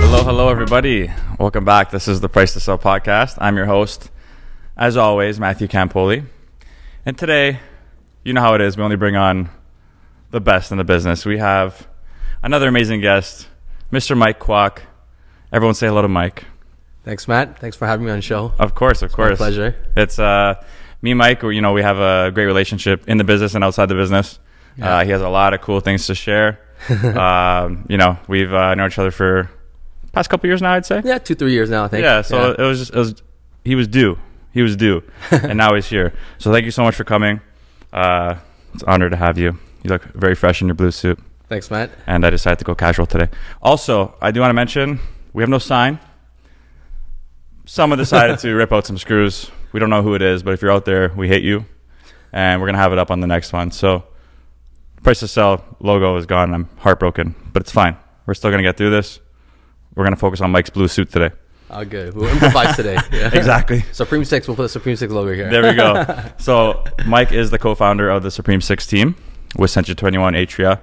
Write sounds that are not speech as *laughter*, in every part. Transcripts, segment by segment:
Hello, hello, everybody. Welcome back. This is the Price to Sell podcast. I'm your host, as always, Matthew Campoli. And today, you know how it is. We only bring on the best in the business. We have another amazing guest, Mr. Mike Kwok. Everyone say hello to Mike. Thanks, Matt. Thanks for having me on the show. Of course, of course. pleasure. It's uh, me, and Mike. You know, we have a great relationship in the business and outside the business. Uh, he has a lot of cool things to share. um, you know, we've uh, known each other for past couple years now. I'd say. Yeah, two, three years now, I think. Yeah, so it was just it was, he was due. He was due, and now he's here. So thank you so much for coming. Uh, it's an honor to have you. You look very fresh in your blue suit, Thanks, Matt. and I decided to go casual today. Also, I do want to mention we have no sign. Someone decided to rip out some screws. We don't know who it is, but if you're out there, we hate you, and we're gonna have it up on the next one. So, price to sell logo is gone. I'm heartbroken, but it's fine. We're still gonna get through this. We're gonna focus on Mike's blue suit today. Oh, good. We'll improvise today. Yeah. *laughs* Exactly. *laughs* Supreme Six. We'll put the Supreme Six logo here. There we go. So Mike is the co-founder of the Supreme Six team with Century 21 Atria.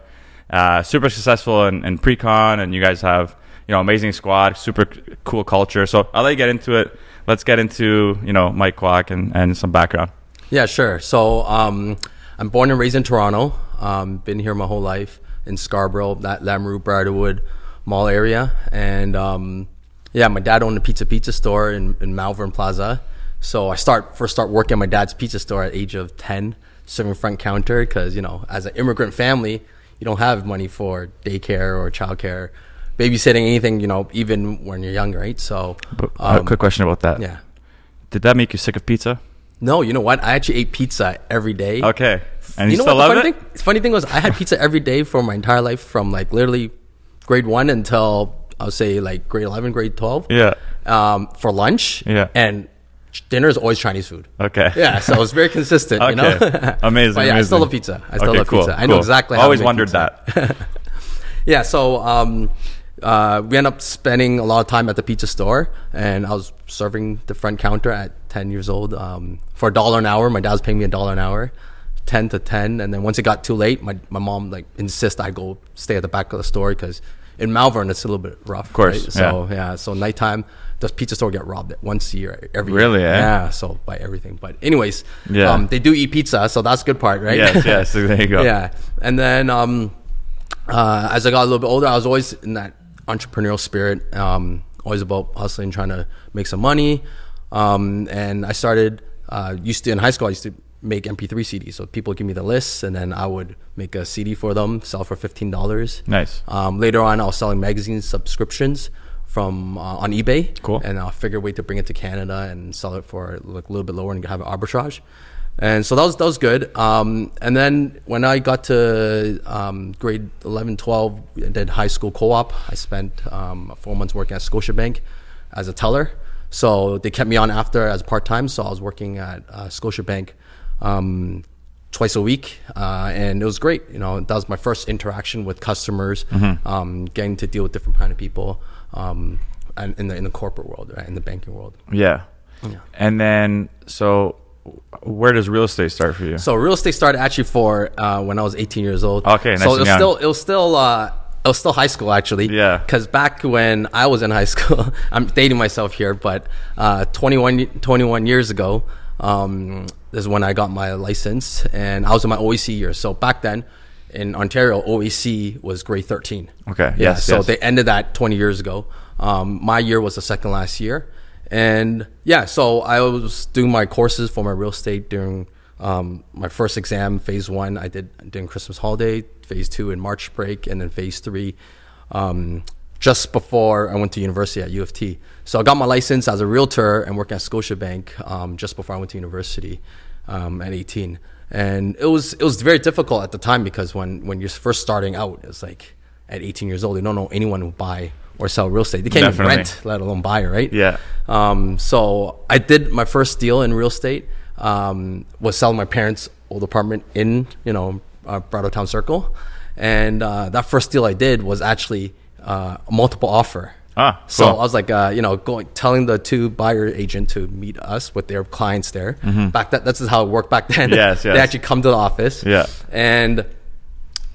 Uh, super successful in, in pre-con, and you guys have you know amazing squad, super c- cool culture. So I'll let you get into it. Let's get into you know Mike Quack and, and some background. Yeah, sure. So um, I'm born and raised in Toronto. Um, been here my whole life in Scarborough, that Lamoureux, Briarwood Mall area, and um, yeah, my dad owned a pizza pizza store in, in Malvern Plaza. So I start first start working at my dad's pizza store at age of ten, serving front counter because you know as an immigrant family, you don't have money for daycare or childcare, babysitting, anything. You know, even when you're young, right? So Uh, um, quick question about that. yeah. Did that make you sick of pizza? No, you know what? I actually ate pizza every day. Okay. And you, you know still what? The love funny it? thing, the funny thing was, I had pizza every day for my entire life, from like literally grade one until I'll say like grade eleven, grade twelve. Yeah. Um, for lunch. Yeah. And ch- dinner is always Chinese food. Okay. Yeah, so it's very *laughs* consistent. Okay. You know. *laughs* Amazing. But yeah, I still amazing. love pizza. I still okay, love cool, pizza. I know cool. exactly. I how to always make wondered pizza. that. Yeah, so um, uh, we end up spending a lot of time at the pizza store, and I was serving the front counter at 10 years old um, for a dollar an hour. My dad was paying me a dollar an hour, 10 to 10. And then once it got too late, my, my mom like insist I go stay at the back of the store because in Malvern it's a little bit rough. Of course, So yeah. so nighttime, the pizza store get robbed once a year every Really, year. eh? Yeah, so by everything. But anyways, Yeah. um, they do eat pizza, so that's a good part, right? *laughs* yes. Yes. There you go. Yeah, and then um, uh, as I got a little bit older, I was always in that entrepreneurial spirit, um, always about hustling, trying to make some money. Um, and I started uh, used to in high school. I used to make MP3 CDs, so people would give me the lists, and then I would make a CD for them, sell for fifteen dollars. Nice. Um, later on, I was selling magazine subscriptions from uh, on eBay. Cool. And I figured a way to bring it to Canada and sell it for like a little bit lower and have an arbitrage. And so that was that was good. Um, and then when I got to um, grade 11, 12, I did high school co-op. I spent um, four months working at Scotiabank as a teller. So they kept me on after as part time. So I was working at uh, Scotiabank. Um, twice a week, uh, and it was great. You know, that was my first interaction with customers, um, getting to deal with different kind of people, um, and in the in the corporate world, right, in the banking world. Yeah. And then, so where does real estate start for you? So real estate started actually for uh, when I was 18 years old. Okay, nice so it and was young. still it was still. Uh, it was still high school, actually. Yeah. Because back when I was in high *laughs* school, I'm dating myself here, but uh, 21, y- 21 years ago um, is when I got my license, and I was in my OEC year. So back then, in Ontario, OEC was grade 13. Okay, Yeah. yes, so yes. they ended that 20 years ago. Um, my year was the second last year, and yeah, so I was doing my courses for my real estate during um, my first exam, phase one. I did during Christmas holiday, phase two in March break, and then phase three. Um, just before I went to university at U of T, so I got my license as a realtor and working at Scotiabank um, just before I went to university um, at 18, and it was it was very difficult at the time because when when you're first starting out, it's like at 18 years old, they don't know anyone who buy or sell real estate. They can't Definitely. even rent, let alone buy, right? Yeah. Um, so I did my first deal in real estate. Um, was selling my parents' old apartment in you know uh, Brattletown Circle, and uh, that first deal I did was actually uh, a multiple offer. Ah, so cool. I was like, uh, you know, going telling the two buyer agent to meet us with their clients there. Back that that's how it worked back *laughs* then. Mm-hmm. Yes, They yes. actually come to the office. Yeah. And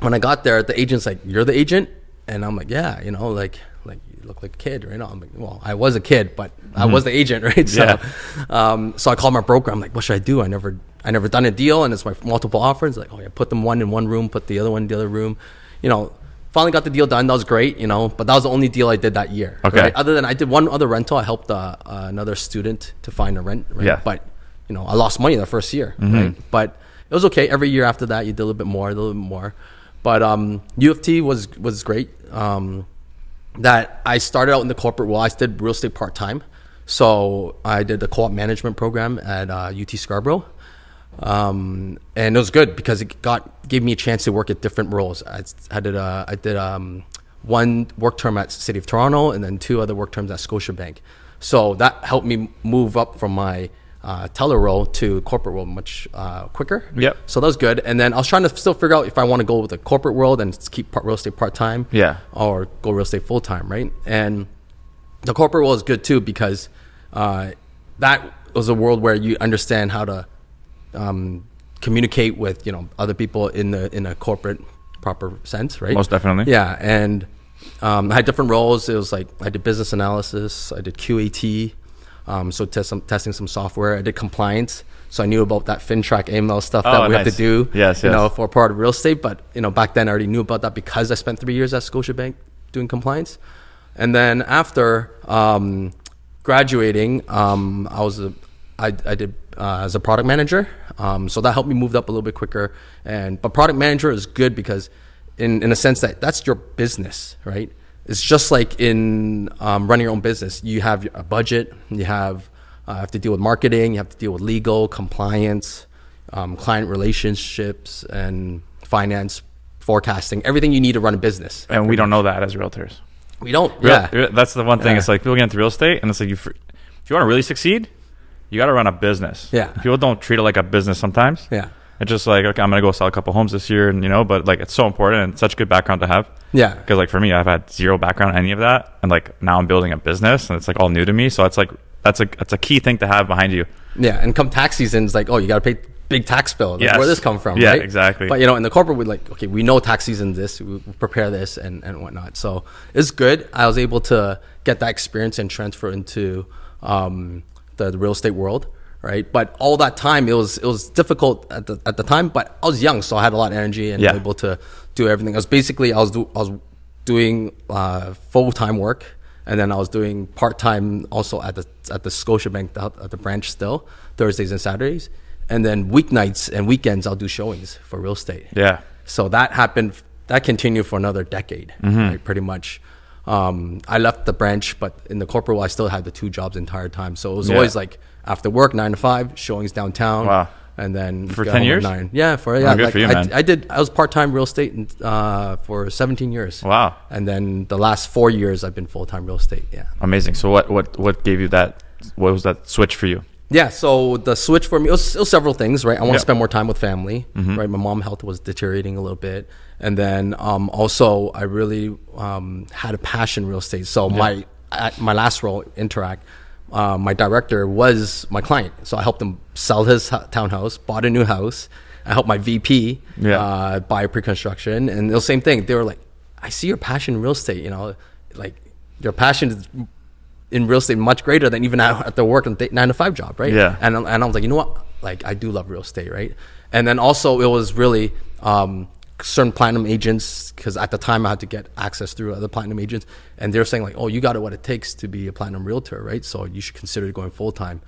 when I got there, the agent's like, "You're the agent," and I'm like, "Yeah, you know, like like you look like a kid right now." I'm like, "Well, I was a kid, but I was the agent, *laughs* right?" So, Hmm. Yeah. um, so I called my broker. I'm like, "What should I do? I never I never done a deal, and it's my multiple offers. Like, oh yeah, put them one in one room, put the other one in the other room, you know." Finally got the deal done. That was great, you know. But that was the only deal I did that year. Okay. right? Other than I did one other rental, I helped uh, uh, another student to find a rent. Right? Yeah. But you know, I lost money that first year, right? But it was okay. Every year after that, you did a little bit more, a little bit more. But um, U of T was was great. Um, that I started out in the corporate world. I did real estate part time, so I did the co-op management program at uh, UT Scarborough, um, and it was good because it got gave me a chance to work at different roles. I, s- I did uh, I did um, one work term at City of Toronto, and then two other work terms at Scotiabank. So that helped me move up from my uh, teller role to corporate role much uh, quicker. Yep. So that was good. And then I was trying to still figure out if I want to go with the corporate world and s- keep part, real estate part time Yeah. or go real estate full time, right? And the corporate world is good too because uh, that was a world where you understand how to um, communicate with you know other people in the in a corporate proper sense, right? Most definitely. Yeah, and um, I had different roles. It was like I did business analysis, I did QAT, um, so test some, testing some software. I did compliance, so I knew about that FinTrack AML stuff Oh, that we have nice. to do. Yes, you yes. know, for part of real estate. But you know, back then I already knew about that because I spent three years at Scotiabank doing compliance, and then after um, graduating, um, I was a I, I did uh, as a product manager, um, so that helped me move up a little bit quicker. And but product manager is good because, in in a sense that that's your business, right? It's just like in um, running your own business. You have a budget, you have uh, have to deal with marketing, you have to deal with legal, compliance, um, client relationships, and finance, forecasting, everything you need to run a business. And we don't know that as realtors. We don't, Real- yeah, real- That's the one thing. Yeah. It's like people get into real estate, and it's like you, fr- if you want to really succeed, you got to run a business. Yeah. People don't treat it like a business sometimes. Yeah. It's just like okay, I'm gonna go sell a couple homes this year, and you know, but like it's so important and such good background to have. Yeah. Because like for me, I've had zero background in any of that, and like now I'm building a business, and it's like all new to me. So it's like that's a that's a key thing to have behind you. yeah. And come tax season, it's like, oh, you got to pay big tax bill. Like, Yes. Where this come from? Yeah, right? exactly. But you know, in the corporate, we like, okay, we know tax season this, we we prepare this and and whatnot. So it's good. I was able to get that experience and transfer into um, the, the real estate world. Right, but all that time it was it was difficult at the at the time. But I was young, so I had a lot of energy and Yeah. able to do everything. I was basically I was do, I was doing uh, full time work, and then I was doing part time also at the at the Scotiabank the- at the branch still Thursdays and Saturdays, and then weeknights and weekends I'll do showings for real estate. Yeah. So that happened. That continued for another decade, Mm-hmm. right, pretty much. Um, I left the branch, but in the corporate, world, I still had the two jobs the entire time. So it was Yeah. always like after work, nine to five, showings downtown. Wow. And then For get 10 home at years? Oh, nine. yeah, for yeah, good like, for you, I, man. I did. I was part time real estate in, uh, for seventeen years. Wow. And then the last four years, I've been full time real estate. Yeah. Amazing. So what what what gave you that? What was that switch for you? Yeah, so the switch for me it was, it was several things, right? I Yeah. want Mm-hmm. to spend more time with family, right? My mom' health was deteriorating a little bit, and then um, also I really um, had a passion in real estate. So my at my last role, Interact, uh, my director was my client, so I helped him sell his ho- townhouse, bought a new house. I helped my VP Yeah. uh, buy pre-construction, and the same thing. They were like, "I see your passion in real estate. You know, like your passion is." In real estate, much greater than even at at the work and th- nine to five job, right? Yeah. And, I- and I was like, you know what? Like, I do love real estate, right? And then also, it was really um, certain platinum agents, because at the time I had to get access through other platinum agents. And they're saying, like, oh, you got it what it takes to be a platinum realtor, right? So you should consider going full time.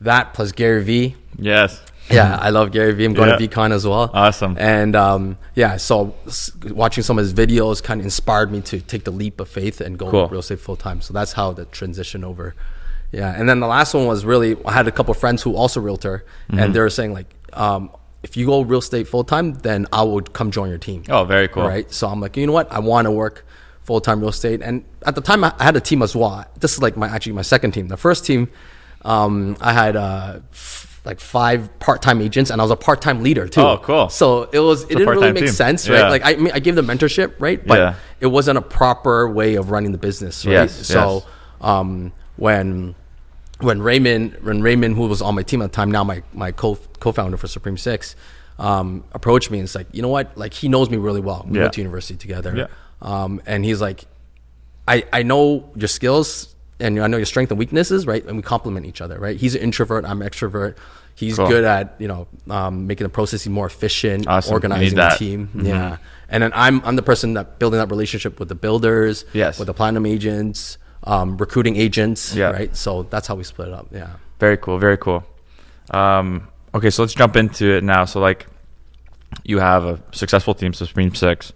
That plus Gary Vee. Yes. Yeah, I love Gary Vee. I'm going Yeah. to VCon as well. Awesome. And um, yeah, so s- watching some of his videos kind of inspired me to take the leap of faith and go Cool. real estate full time. So that's how the transition over. Yeah, and then the last one was really I had a couple friends who also realtor, Mm-hmm. and they were saying like, um, if you go real estate full time, then I would come join your team. Oh, very cool. Right. So I'm like, you know what? I want to work full time real estate. And at the time, I I had a team as well. This is like my actually my second team. The first team, um, I had uh, f- like five part-time agents, and I was a part-time leader too. Oh, cool. So it was it didn't really part-time make team. sense, right? Yeah. Like I mean, I gave the mentorship, right? But Yeah. it wasn't a proper way of running the business, right? Yes, so yes. um, when when Raymond when Raymond, who was on my team at the time, now my my co co-founder for Supreme Six, um, approached me and it's like, you know what? Like he knows me really well. We Yeah. went to university together. Yeah. Um, and he's like, I I know your skills and I know your strengths and weaknesses, right? And we complement each other, right? He's an introvert. I'm extrovert. He's Cool. good at you know um, making the processes more efficient, Awesome. You need organizing the that. Mm-hmm. team. Yeah. And then I'm I'm the person that building that relationship with the builders, Yes. with the platinum agents, um, recruiting agents, Yeah. right? So that's how we split up. Yeah. Very cool. Very cool. Um, okay, so let's jump into it now. So, like, you have a successful team, so Supreme Six.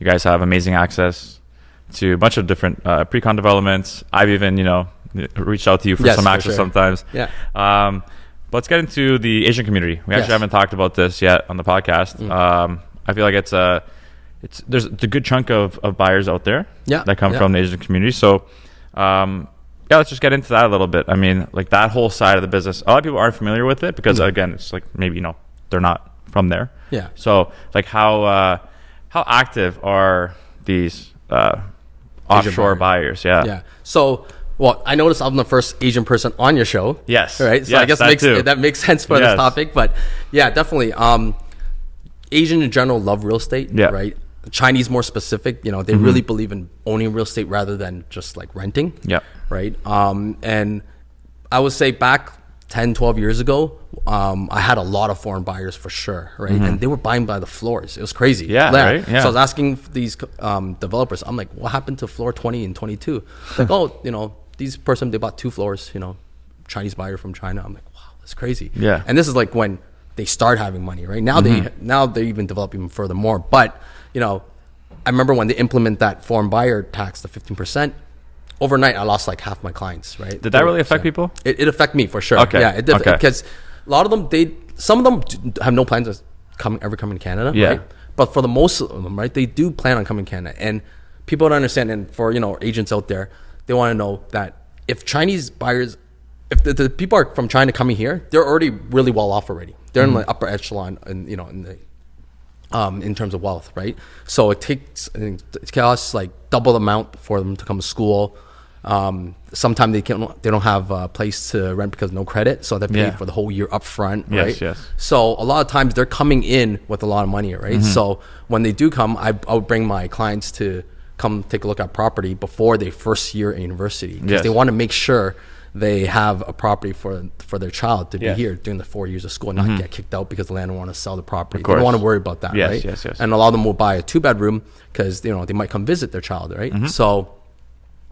You guys have amazing access to a bunch of different uh, pre-con developments. I've even, you know, reached out to you for Yes, some for access sure. sometimes. Yeah. Um, but let's get into the Asian community. We Yes. Mm. actually haven't talked about this yet on the podcast. Um, I feel like it's a, it's there's a good chunk of, of buyers out there. Yeah, That come yeah. from the Asian community. So, um, yeah, let's just get into that a little bit. I mean, like that whole side of the business. A lot of people aren't familiar with it because again, it's like maybe you know they're not from there. Mm-hmm. Yeah. So, like, how uh, how active are these uh, offshore buyers? Yeah. Yeah. So, well, I noticed I'm the first Asian person on your show. Yes. Right. So I Yes, guess that makes too. that makes *laughs* sense for this Yes. topic, but yeah, definitely. Um, Asian in general love real estate. Yeah. Mm-hmm. Right. Chinese more specific. You know, they really believe in owning real estate rather than just like renting. Yeah. Right. Um, and I would say back 10, 12 years ago, um, I had a lot of foreign buyers for sure. Right. And they were buying by the floors. It was crazy. Mm-hmm. Yeah, right? Yeah. So I was asking these um, developers, I'm like, what happened to floor 20 and 22? Like, oh, you know, these person, they bought two floors, you know, Chinese buyer from China. I'm like, wow, that's crazy. Yeah. Mm-hmm. And this is like when they start having money, right? Now they, now they even develop even further more. But, you know, I remember when they implement that foreign buyer tax, the 15%, overnight I lost like half my clients, right? Did that really affect people? It, it affected me for sure. Okay, Yeah. It did. okay. Because a lot of them, they, some of them d- have no plans of coming, ever coming to Canada. Yeah. Right? But for the most of them, right, they do plan on coming to Canada. And people don't understand, and for, you know, agents out there, they want to know that if Chinese buyers, if the, the people are from China coming here, they're already really well off already. They're in the upper echelon and, you know, in the, um, in terms of wealth, right? So it takes it costs like double the amount for them to come to school. Um, sometimes they can they don't have a place to rent because no credit, so they pay Yeah. for the whole year up front, Yes, right? yes. Mm-hmm. So a lot of times they're coming in with a lot of money, right? So when they do come, I, I would bring my clients to come take a look at property before their first year in university because Yes. they want to make sure they have a property for for their child to Yes. be here during the four years of school and not get kicked out because the landlord want to sell the property. They Mm-hmm. course. don't want to worry about that, Yes, right? yes, yes. And a lot of them will buy a two bedroom because you know they might come visit their child, right? Mm-hmm. So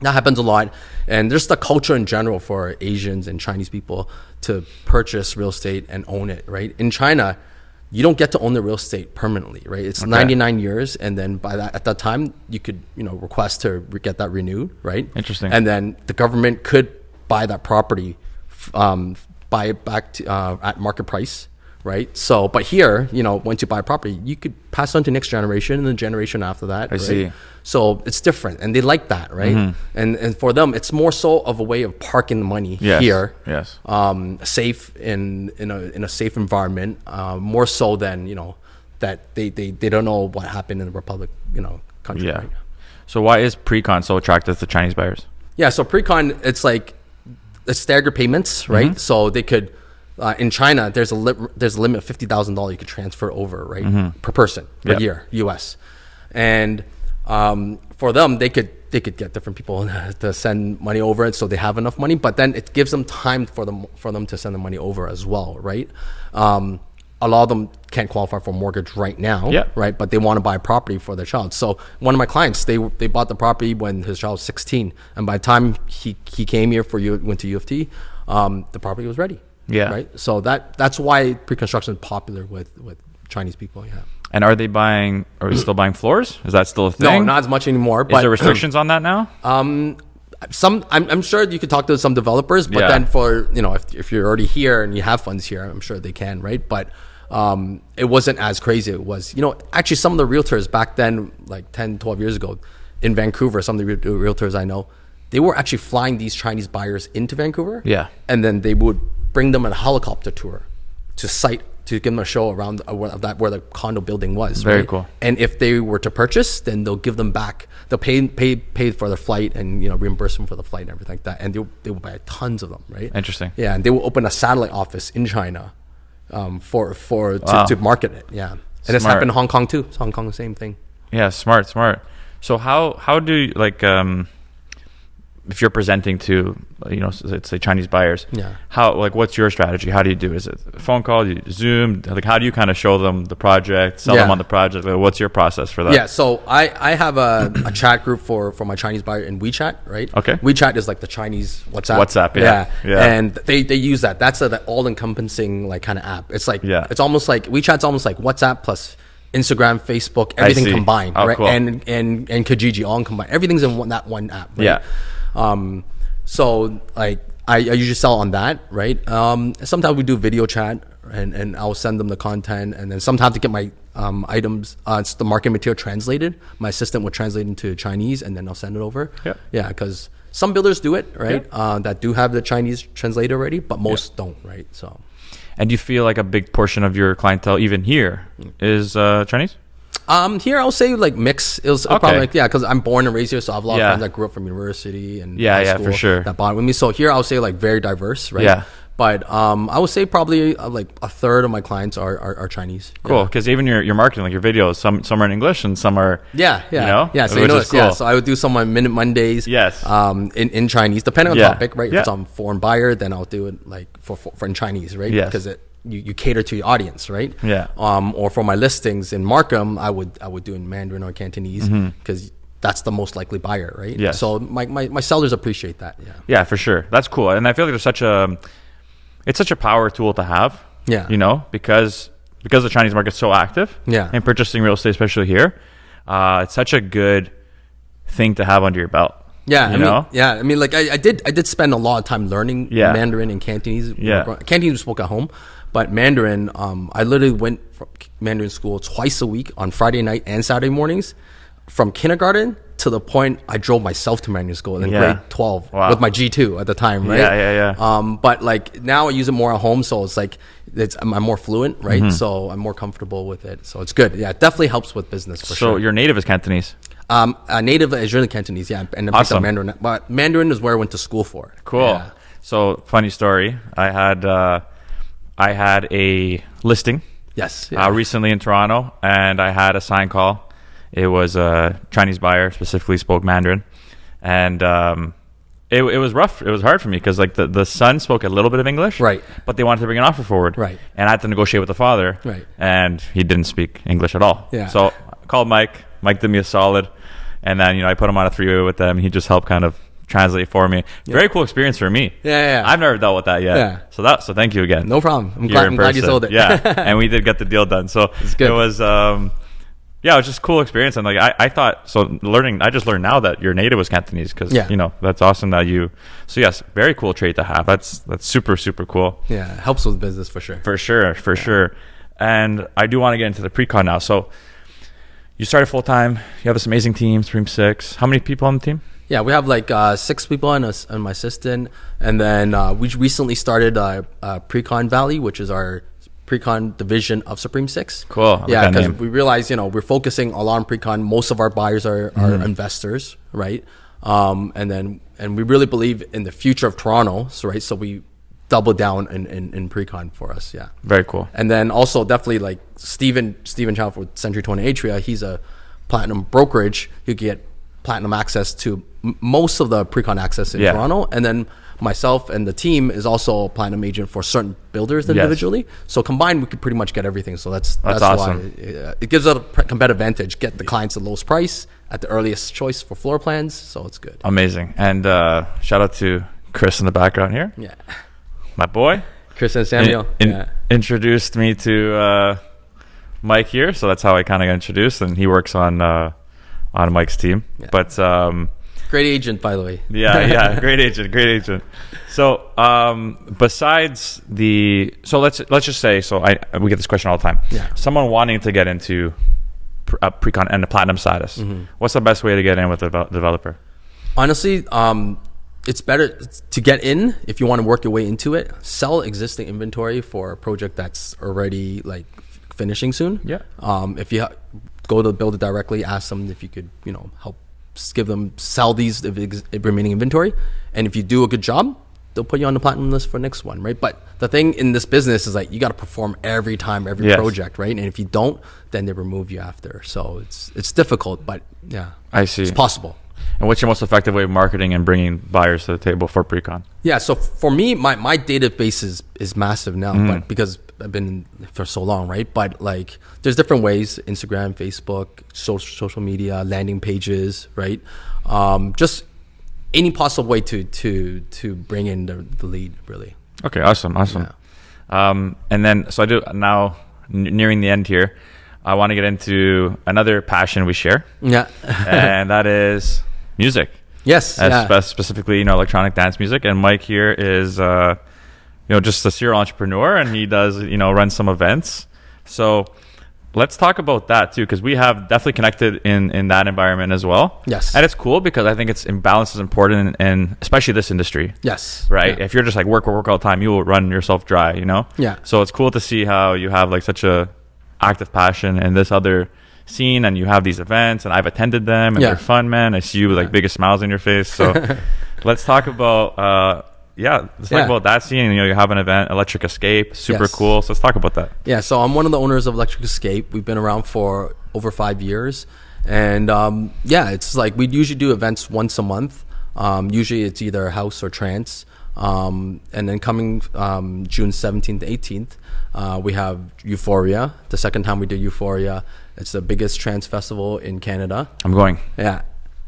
that happens a lot, and there's the culture in general for Asians and Chinese people to purchase real estate and own it, right? In China, you don't get to own the real estate permanently, right? It's 99 years, and then by that at that time you could you know request to re- get that renewed, right? Interesting. And then the government could buy that property, f- um, buy it back to, uh, at market price, right? So, but here, you know, once you buy a property, you could pass on to next generation and the generation after that. I see. Mm-hmm. So it's different, and they like that, right? And and for them, it's more so of a way of parking the money Yes, here, yes. um, safe in in a in a safe environment, uh, more so than you know that they, they they don't know what happened in the republic, you know, country. Yeah. right? So why is pre-con so attractive to Chinese buyers? Yeah, so pre-con, it's like it's staggered payments, right? Mm-hmm. So they could uh, in China, there's a li- there's a limit of fifty thousand dollars you could transfer over, right, per person Mm-hmm. per Yeah. year, U.S. And um, for them, they could they could get different people *laughs* to send money over, and so they have enough money. But then it gives them time for them for them to send the money over as well, right? Um, a lot of them can't qualify for mortgage right now, Yeah. right? But they want to buy property for their child. So one of my clients, they they bought the property when his child was 16, and by the time he he came here for you went to U of T, um, the property was ready. Yeah. Right. So that that's why pre-construction is popular with with Chinese people. Yeah. And are they buying? Are they still buying floors? Is that still a No, thing? not as much anymore. Is But *laughs* there restrictions on that now? um, some I'm, I'm sure you could talk to some developers, but Yeah. then for you know if, if you're already here and you have funds here, I'm sure they can, right? But um, it wasn't as crazy. It was you know actually some of the realtors back then, like 10, 12 years ago, in Vancouver, some of the re- realtors I know, they were actually flying these Chinese buyers into Vancouver, Yeah. and then they would bring them on a helicopter tour to site to give them a show around uh, where, that where the condo building was. Very right? cool. And if they were to purchase, then they'll give them back. They'll pay pay pay for their flight and you know reimburse them for the flight and everything like that. And they they will buy tons of them, right? Interesting. Yeah, and they will open a satellite office in China um, for for to, Wow. to market it. Yeah, and it's Smart. happened in Hong Kong too. It's Hong Kong the same thing. Yeah, smart, smart. So how how do you, like um, if you're presenting to you know s- let's say Chinese buyers, Yeah. how like what's your strategy? How do you do? Is it a phone call? Do you Zoom? Like how do you kind of show them the project, sell them Yeah. on the project? Like, what's your process for that? Yeah, so I, I have a, a chat group for, for my Chinese buyer in WeChat, right? Okay. WeChat is like the Chinese WhatsApp. WhatsApp, yeah. Yeah. And they, they use that. That's an all encompassing like kind of app. It's like Yeah. it's almost like WeChat's almost like WhatsApp plus Instagram, Facebook, everything see. combined, Oh, right? cool. And and and Kijiji all combined. Everything's in one, that one app. Right? Yeah. Um, so like I, I usually sell on that, right? Um, sometimes we do video chat, and, and I'll send them the content, and then sometimes to get my um, items, uh, it's the market material translated. My assistant will translate into Chinese, and then I'll send it over. Yeah. yeah, because some builders do it, right? Uh, that do have the Chinese translator already, but most don't, right? So And do you feel like a big portion of your clientele, even here, Mm. is uh, Chinese? um, here I'll say like mix. It was it'll Okay. probably like, yeah, because I'm born and raised here, so I have a lot Yeah. of friends that grew up from university and Yeah, high yeah, for school sure. that bond with me. So here I'll say like very diverse, right? Yeah. But um, I would say probably uh, like a third of my clients are are, are Chinese. Cool, because even your, your marketing, like your videos, some some are in English and some are Yeah, yeah, you know, yeah. So you which know, is it's- yeah. cool. So I would do some on Minute Mondays. Yes. Um, in, in Chinese, depending on Yeah. topic, right? If Yeah. it's on foreign buyer, then I'll do it like for for, for in Chinese, right? Yes. Because it you, you cater to your audience, right? Yeah. Um, or for my listings in Markham, I would I would do in Mandarin or Cantonese because that's the most likely buyer, right? Mm-hmm. Yes. So my, my, my sellers appreciate that. Yeah. Yeah, for sure. That's cool. And I feel like there's such a it's such a power tool to have. Yeah. You know, because because the Chinese market's so active. Yeah. In purchasing real estate, especially here. Uh, it's such a good thing to have under your belt. Yeah, You I mean, know? yeah. I mean, like I, I did, I did spend a lot of time learning Yeah. Mandarin and Cantonese. Yeah. Cantonese we spoke at home, but Mandarin, um, I literally went from Mandarin school twice a week on Friday night and Saturday mornings, from kindergarten to the point I drove myself to Mandarin school in Yeah. grade twelve Wow. with my G two at the time, right? Yeah, yeah, yeah. Um, but like now I use it more at home, so it's like it's I'm, I'm more fluent, right? Mm-hmm. So I'm more comfortable with it, so it's good. Yeah, it definitely helps with business for So sure. your native is Cantonese. Um, a native Israeli Cantonese, yeah, and then picked Awesome. up Mandarin. But Mandarin is where I went to school for. Cool. Yeah. So funny story. I had uh, I had a listing Yes. uh, recently in Toronto, and I had a sign call. It was a Chinese buyer, specifically spoke Mandarin, and um, it, it was rough. It was hard for me because like the, the son spoke a little bit of English, Right. But they wanted to bring an offer forward, Right. And I had to negotiate with the father, Right. And he didn't speak English at all, Yeah. So I called Mike. Mike did me a solid, and then you know I put him on a three way with them. He just helped kind of translate for me. Very cool experience for me. Yeah, yeah, yeah. I've never dealt with that yet. Yeah. So that so thank you again. no problem. I'm Here glad, in I'm glad you person. sold it. Yeah, *laughs* and we did get the deal done. So good. it was, um, yeah, it was just a cool experience. And like I, I thought, so learning, I just learned now that your native was Cantonese because Yeah. you know that's awesome that you. So yes, very cool trait to have. That's that's super super cool yeah, it helps with business for sure. for sure for sure. And I do want to get into the pre-con now. So you started full time. You have this amazing team, Stream Six. How many people on the team? Yeah, we have like uh, six people and, us, and my assistant, and then uh, we recently started uh, uh, Precon Valley, which is our precon division of Supreme Six. Cool. I like yeah, that because name. we realize you know we're focusing a lot on precon. Most of our buyers are, are Mm-hmm. investors, right? Um, and then and we really believe in the future of Toronto, so right, so we double down in, in, in precon for us. Yeah. Very cool. And then also definitely like Stephen Stephen Chow with Century 20 Atria, he's a platinum brokerage. You get platinum access to m- most of the precon access in Yeah. Toronto. And then myself and the team is also a platinum agent for certain builders individually. So combined, we could pretty much get everything. So that's That's that's, awesome. why it, uh, it gives us a pre- competitive advantage. Get the clients the lowest price at the earliest choice for floor plans. So it's good. Amazing. And uh, shout out to Chris in the background here, Yeah, my boy. Chris and Samuel. in- yeah. introduced me to uh, Mike here, so that's how I kind of got introduced, and he works on uh, on Mike's team. Yeah. But um, Great agent, by the way. yeah, yeah, *laughs* great agent, great agent. So um, besides the, so let's let's just say, so I we get this question all the time. Yeah. Someone wanting to get into pr- uh, precon Mm-hmm. and the platinum status, what's the best way to get in with a devel- developer? Honestly, um, it's better to get in if you want to work your way into it. Sell existing inventory for a project that's already like finishing soon. Yeah. Um, if you ha- go to the builder directly, ask them if you could, you know, help s- give them sell these if ex- if remaining inventory, and if you do a good job, they'll put you on the platinum list for next one, right? But the thing in this business is like you got to perform every time, every Yes. project, right? And if you don't, then they remove you after. So it's it's difficult, but yeah, I see. it's possible. And what's your most effective way of marketing and bringing buyers to the table for pre-con? Yeah, so for me, my, my database is, is massive now, Mm-hmm. but because I've been in for so long, right? But like, there's different ways: Instagram, Facebook, social social media, landing pages, right? Um, just any possible way to to to bring in the, the lead, really. Okay, awesome, awesome. Um, and then, so I do now n- nearing the end here. I want to get into another passion we share, *laughs* Yeah. and that is music. yes. As yeah. spe- specifically, you know, electronic dance music. And Mike here is, uh, you know, just a serial entrepreneur, and he does, you know, run some events. So let's talk about that too, because we have definitely connected in in that environment as well. Yes. and it's cool because I think it's imbalance is important, and especially this industry Yes. right? Yeah. If you're just like work, work, work all the time, you will run yourself dry, you know? Yeah. So it's cool to see how you have like such a active passion in this other scene and you have these events and I've attended them and Yeah. they're fun, man. I see you with like biggest smiles on your face. *laughs* So let's talk about uh yeah, let's Yeah. talk about that scene. You know, you have an event, Electric Escape, super Yes. cool. So let's talk about that. Yeah, so I'm one of the owners of Electric Escape. We've been around for over five years, and um, yeah, it's like we usually do events once a month. Um, usually, it's either house or trance. Um, and then coming um, June 17th to 18th, uh, we have Euphoria. The second time we did Euphoria, it's the biggest trance festival in Canada. I'm going. Yeah.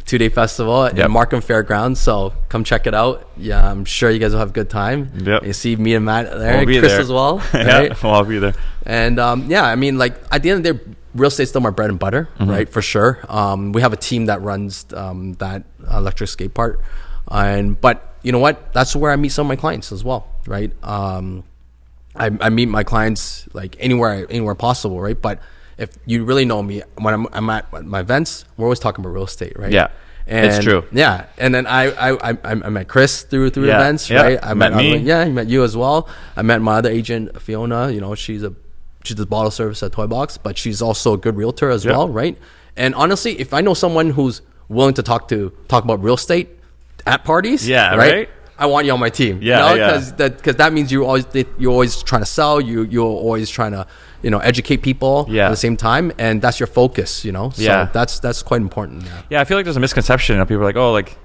Two day festival at Yep. Markham Fairgrounds. So come check it out. Yeah, I'm sure you guys will have a good time. Yep. You see me and Matt there, I'll be Chris there. as well. *laughs* yeah, right? well, I'll be there. And um, yeah, I mean, like at the end of the day, real estate's still my bread and butter, Mm-hmm. right? For sure. Um, we have a team that runs um, that electric skate park, and but you know what? That's where I meet some of my clients as well, right? Um, I, I meet my clients like anywhere anywhere possible, right? But if you really know me, when I'm, I'm at my events, we're always talking about real estate, right? Yeah. and It's true. Yeah, and then I I I, I met Chris through through Yeah. events, Yeah. right? I Met other- me. yeah, yeah, I met you as well. I met my other agent, Fiona. You know, she's a she does bottle service at Toy Box, but she's also a good realtor as Yeah. well, right? And honestly, if I know someone who's willing to talk to talk about real estate at parties, Yeah, right? I want you on my team. Yeah, you yeah. because that because that means you're always you're always trying to sell. You you're always trying to you know educate people Yeah. at the same time, and that's your focus. You know, so Yeah. that's that's quite important. Yeah. Yeah, I feel like there's a misconception. You know, people are like, oh, like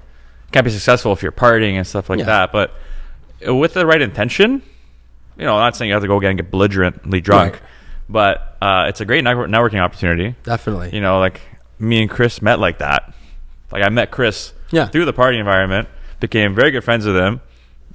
can't be successful if you're partying and stuff like Yeah. that. But with the right intention, you know, I'm not saying you have to go get and get belligerently drunk, Right. but uh, it's a great network- networking opportunity. Definitely. You know, like me and Chris met like that. Like I met Chris Yeah. through the party environment, became very good friends with him,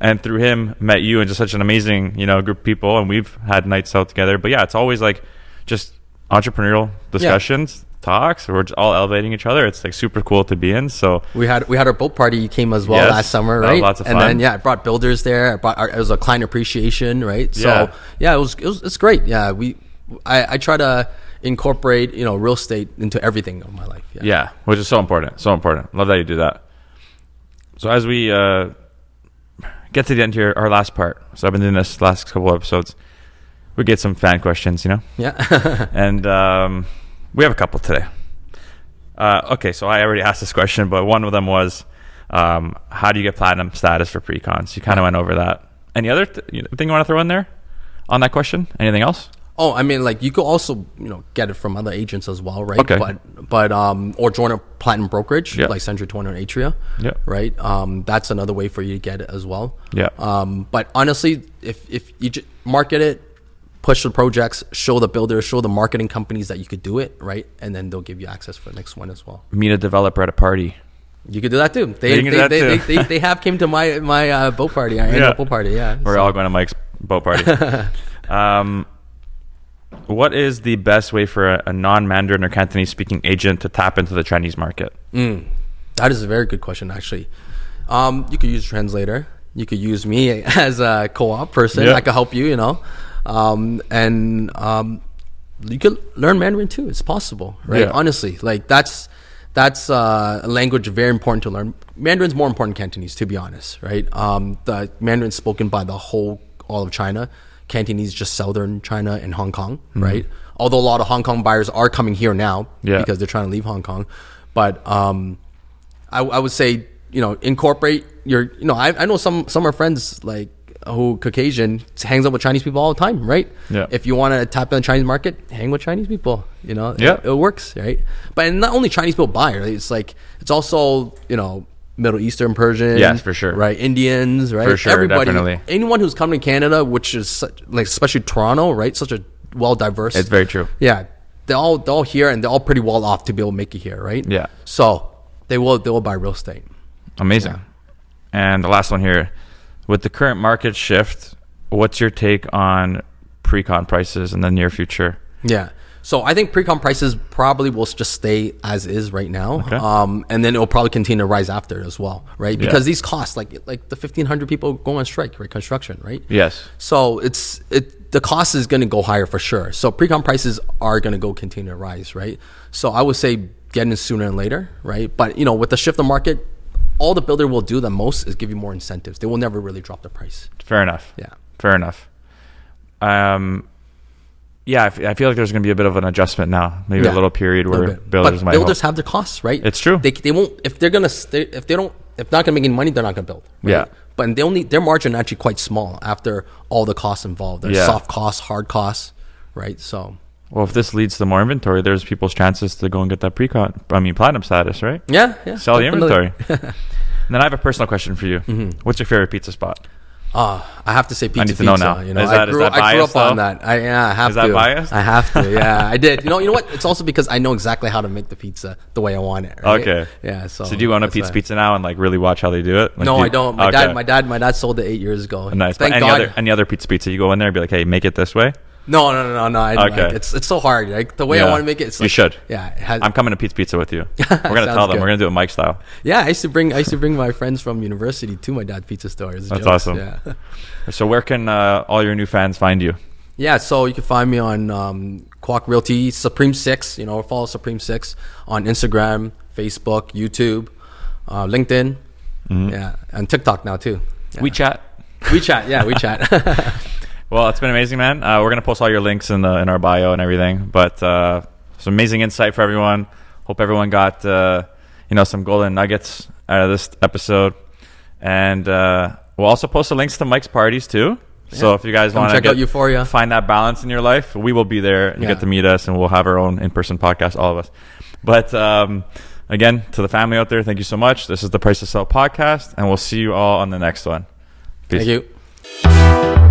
and through him met you and just such an amazing you know group of people. And we've had nights out together. But yeah, it's always like just entrepreneurial discussions, talks. We're just all elevating each other. It's like super cool to be in. So We had we had our boat party. You came as well Yes, last summer, that right? was lots of and fun. then yeah, I brought builders there. I brought it was a client appreciation, right? Yeah. So yeah, it was it was it's great. Yeah, we I, I try to incorporate you know real estate into everything of my life. Yeah. yeah, which is so important, so important. Love that you do that. So as we uh, get to the end here, our last part. So I've been doing this last couple episodes. We get some fan questions, you know. Yeah. and um, we have a couple today. Uh, okay, so I already asked this question, but one of them was, um, how do you get platinum status for pre-cons? You kind of went over that. Any other th- you- thing you want to throw in there on that question? Anything else? *laughs* Oh, I mean, like you could also you know get it from other agents as well, right? Okay. But but um or join a platinum brokerage Yeah. like Century Twenty or Atria. Yeah. Right. Um, that's another way for you to get it as well. Yeah. Um, but honestly, if if you ju- market it, push the projects, show the builders, show the marketing companies that you could do it, right, and then they'll give you access for the next one as well. Meet a developer at a party. You could do that too. They You they, can do that they, too. They, they, they have came to my my uh, boat *laughs* party. I yeah. Yeah. annual boat party. Yeah. We're So- all going to Mike's boat party. um, what is the best way for a, a non-Mandarin or Cantonese-speaking agent to tap into the Chinese market? That is a very good question, actually. Um, you could use a translator. You could use me *laughs* as a co-op person. Yeah. I could help you, you know, um, and um, you could learn Mandarin too. It's possible, right? Yeah. Honestly, like that's that's uh, a language very important to learn. Mandarin's more important than Cantonese, to be honest, right? Um, the Mandarin's spoken by the whole all of China. Cantonese just southern China and Hong Kong, right? Although a lot of Hong Kong buyers are coming here now Mm-hmm. Yeah. because they're trying to leave Hong Kong, but um, I, I would say you know incorporate your you know I, I know some some of our friends like who Caucasian hangs out with Chinese people all the time, right? Yeah. If you want to tap in the Chinese market, hang with Chinese people. You know, Yeah. it, it works, right? But not only Chinese people buy, right? It's like it's also you know Middle Eastern Persian, Yes, for sure. right? Indians, right? For sure, definitely. Anyone who's come to Canada, which is such, like especially Toronto, right? Such a well diverse. It's very true. Yeah, they're all they're all here and they're all pretty well off to be able to make it here, right? Yeah. So they will they will buy real estate. Amazing. And the last one here, with the current market shift, what's your take on pre-con prices in the near future? Yeah. So I think pre-com prices probably will just stay as is right now, um, and then it'll probably continue to rise after as well, right? Because these costs, like like the fifteen hundred people go on strike, right? Construction, right? Yes. So it's it the cost is going to go higher for sure. So pre-com prices are going to go continue to rise, right? So I would say get in sooner than later, right? But you know, with the shift of market, all the builder will do the most is give you more incentives. They will never really drop the price. Fair enough. Yeah. Fair enough. Um, yeah, I, f- I feel like there's going to be a bit of an adjustment now. Maybe a Yeah. little period where little bit. builders but might. builders hope- have their costs, right? It's true. They, they won't if they're gonna stay, if they don't if not gonna make any money, they're not gonna build. right? Yeah. But they only their margin actually quite small after all the costs involved. There's Yeah. soft costs, hard costs, right? So well, if this leads to more inventory, there's people's chances to go and get that pre-con. I mean, platinum status, right? yeah, yeah. Sell the definitely. inventory. *laughs* and then I have a personal question for you. Mm-hmm. What's your favorite pizza spot? Uh, I have to say pizza need to know pizza. now. You know, Is I that- is grew, that I grew up biased, on though? that. I, yeah, I have Is that to. biased? I have to. Yeah, *laughs* I did. You know, you know what? It's also because I know exactly how to make the pizza the way I want it. right? Okay. Yeah. So. So do you own a that's pizza why. pizza now and like really watch how they do it? Like, No, do you- I don't. My Okay. Oh, dad, my dad, my dad sold it eight years ago. Nice. Thank but any God. other any other pizza pizza, you go in there and be like, hey, make it this *laughs* way. no, no, no, no, no. I, like, Okay. it's it's so hard. Like the way Yeah. I want to make it. It's You like, should. Yeah. It has, I'm coming to Pizza Pizza with *laughs* you. We're gonna Sounds tell them. good. We're gonna do it Mike style. yeah. I used to bring I used to bring my friends from university to my dad's pizza store. That's awesome. Yeah. *laughs* So where can uh, all your new fans find you? Yeah, so you can find me on um, Quack Realty, Supreme Six. You know, follow Supreme Six on Instagram, Facebook, YouTube, uh, LinkedIn, Mm-hmm. yeah, and TikTok now too. Yeah. WeChat. WeChat, *laughs* yeah, WeChat. Well, it's been amazing, man. Uh, we're gonna post all your links in the in our bio and everything. But uh, some amazing insight for everyone. Hope everyone got uh, you know some golden nuggets out of this episode. And uh, we'll also post the links to Mike's parties too. So if you guys Come want check out Euphoria. find that balance in your life, we will be there. You Yeah. get to meet us, and we'll have our own in-person podcast, all of us. But um, again, to the family out there, thank you so much. This is the Price to Sell podcast, and we'll see you all on the next one. Peace. Thank you.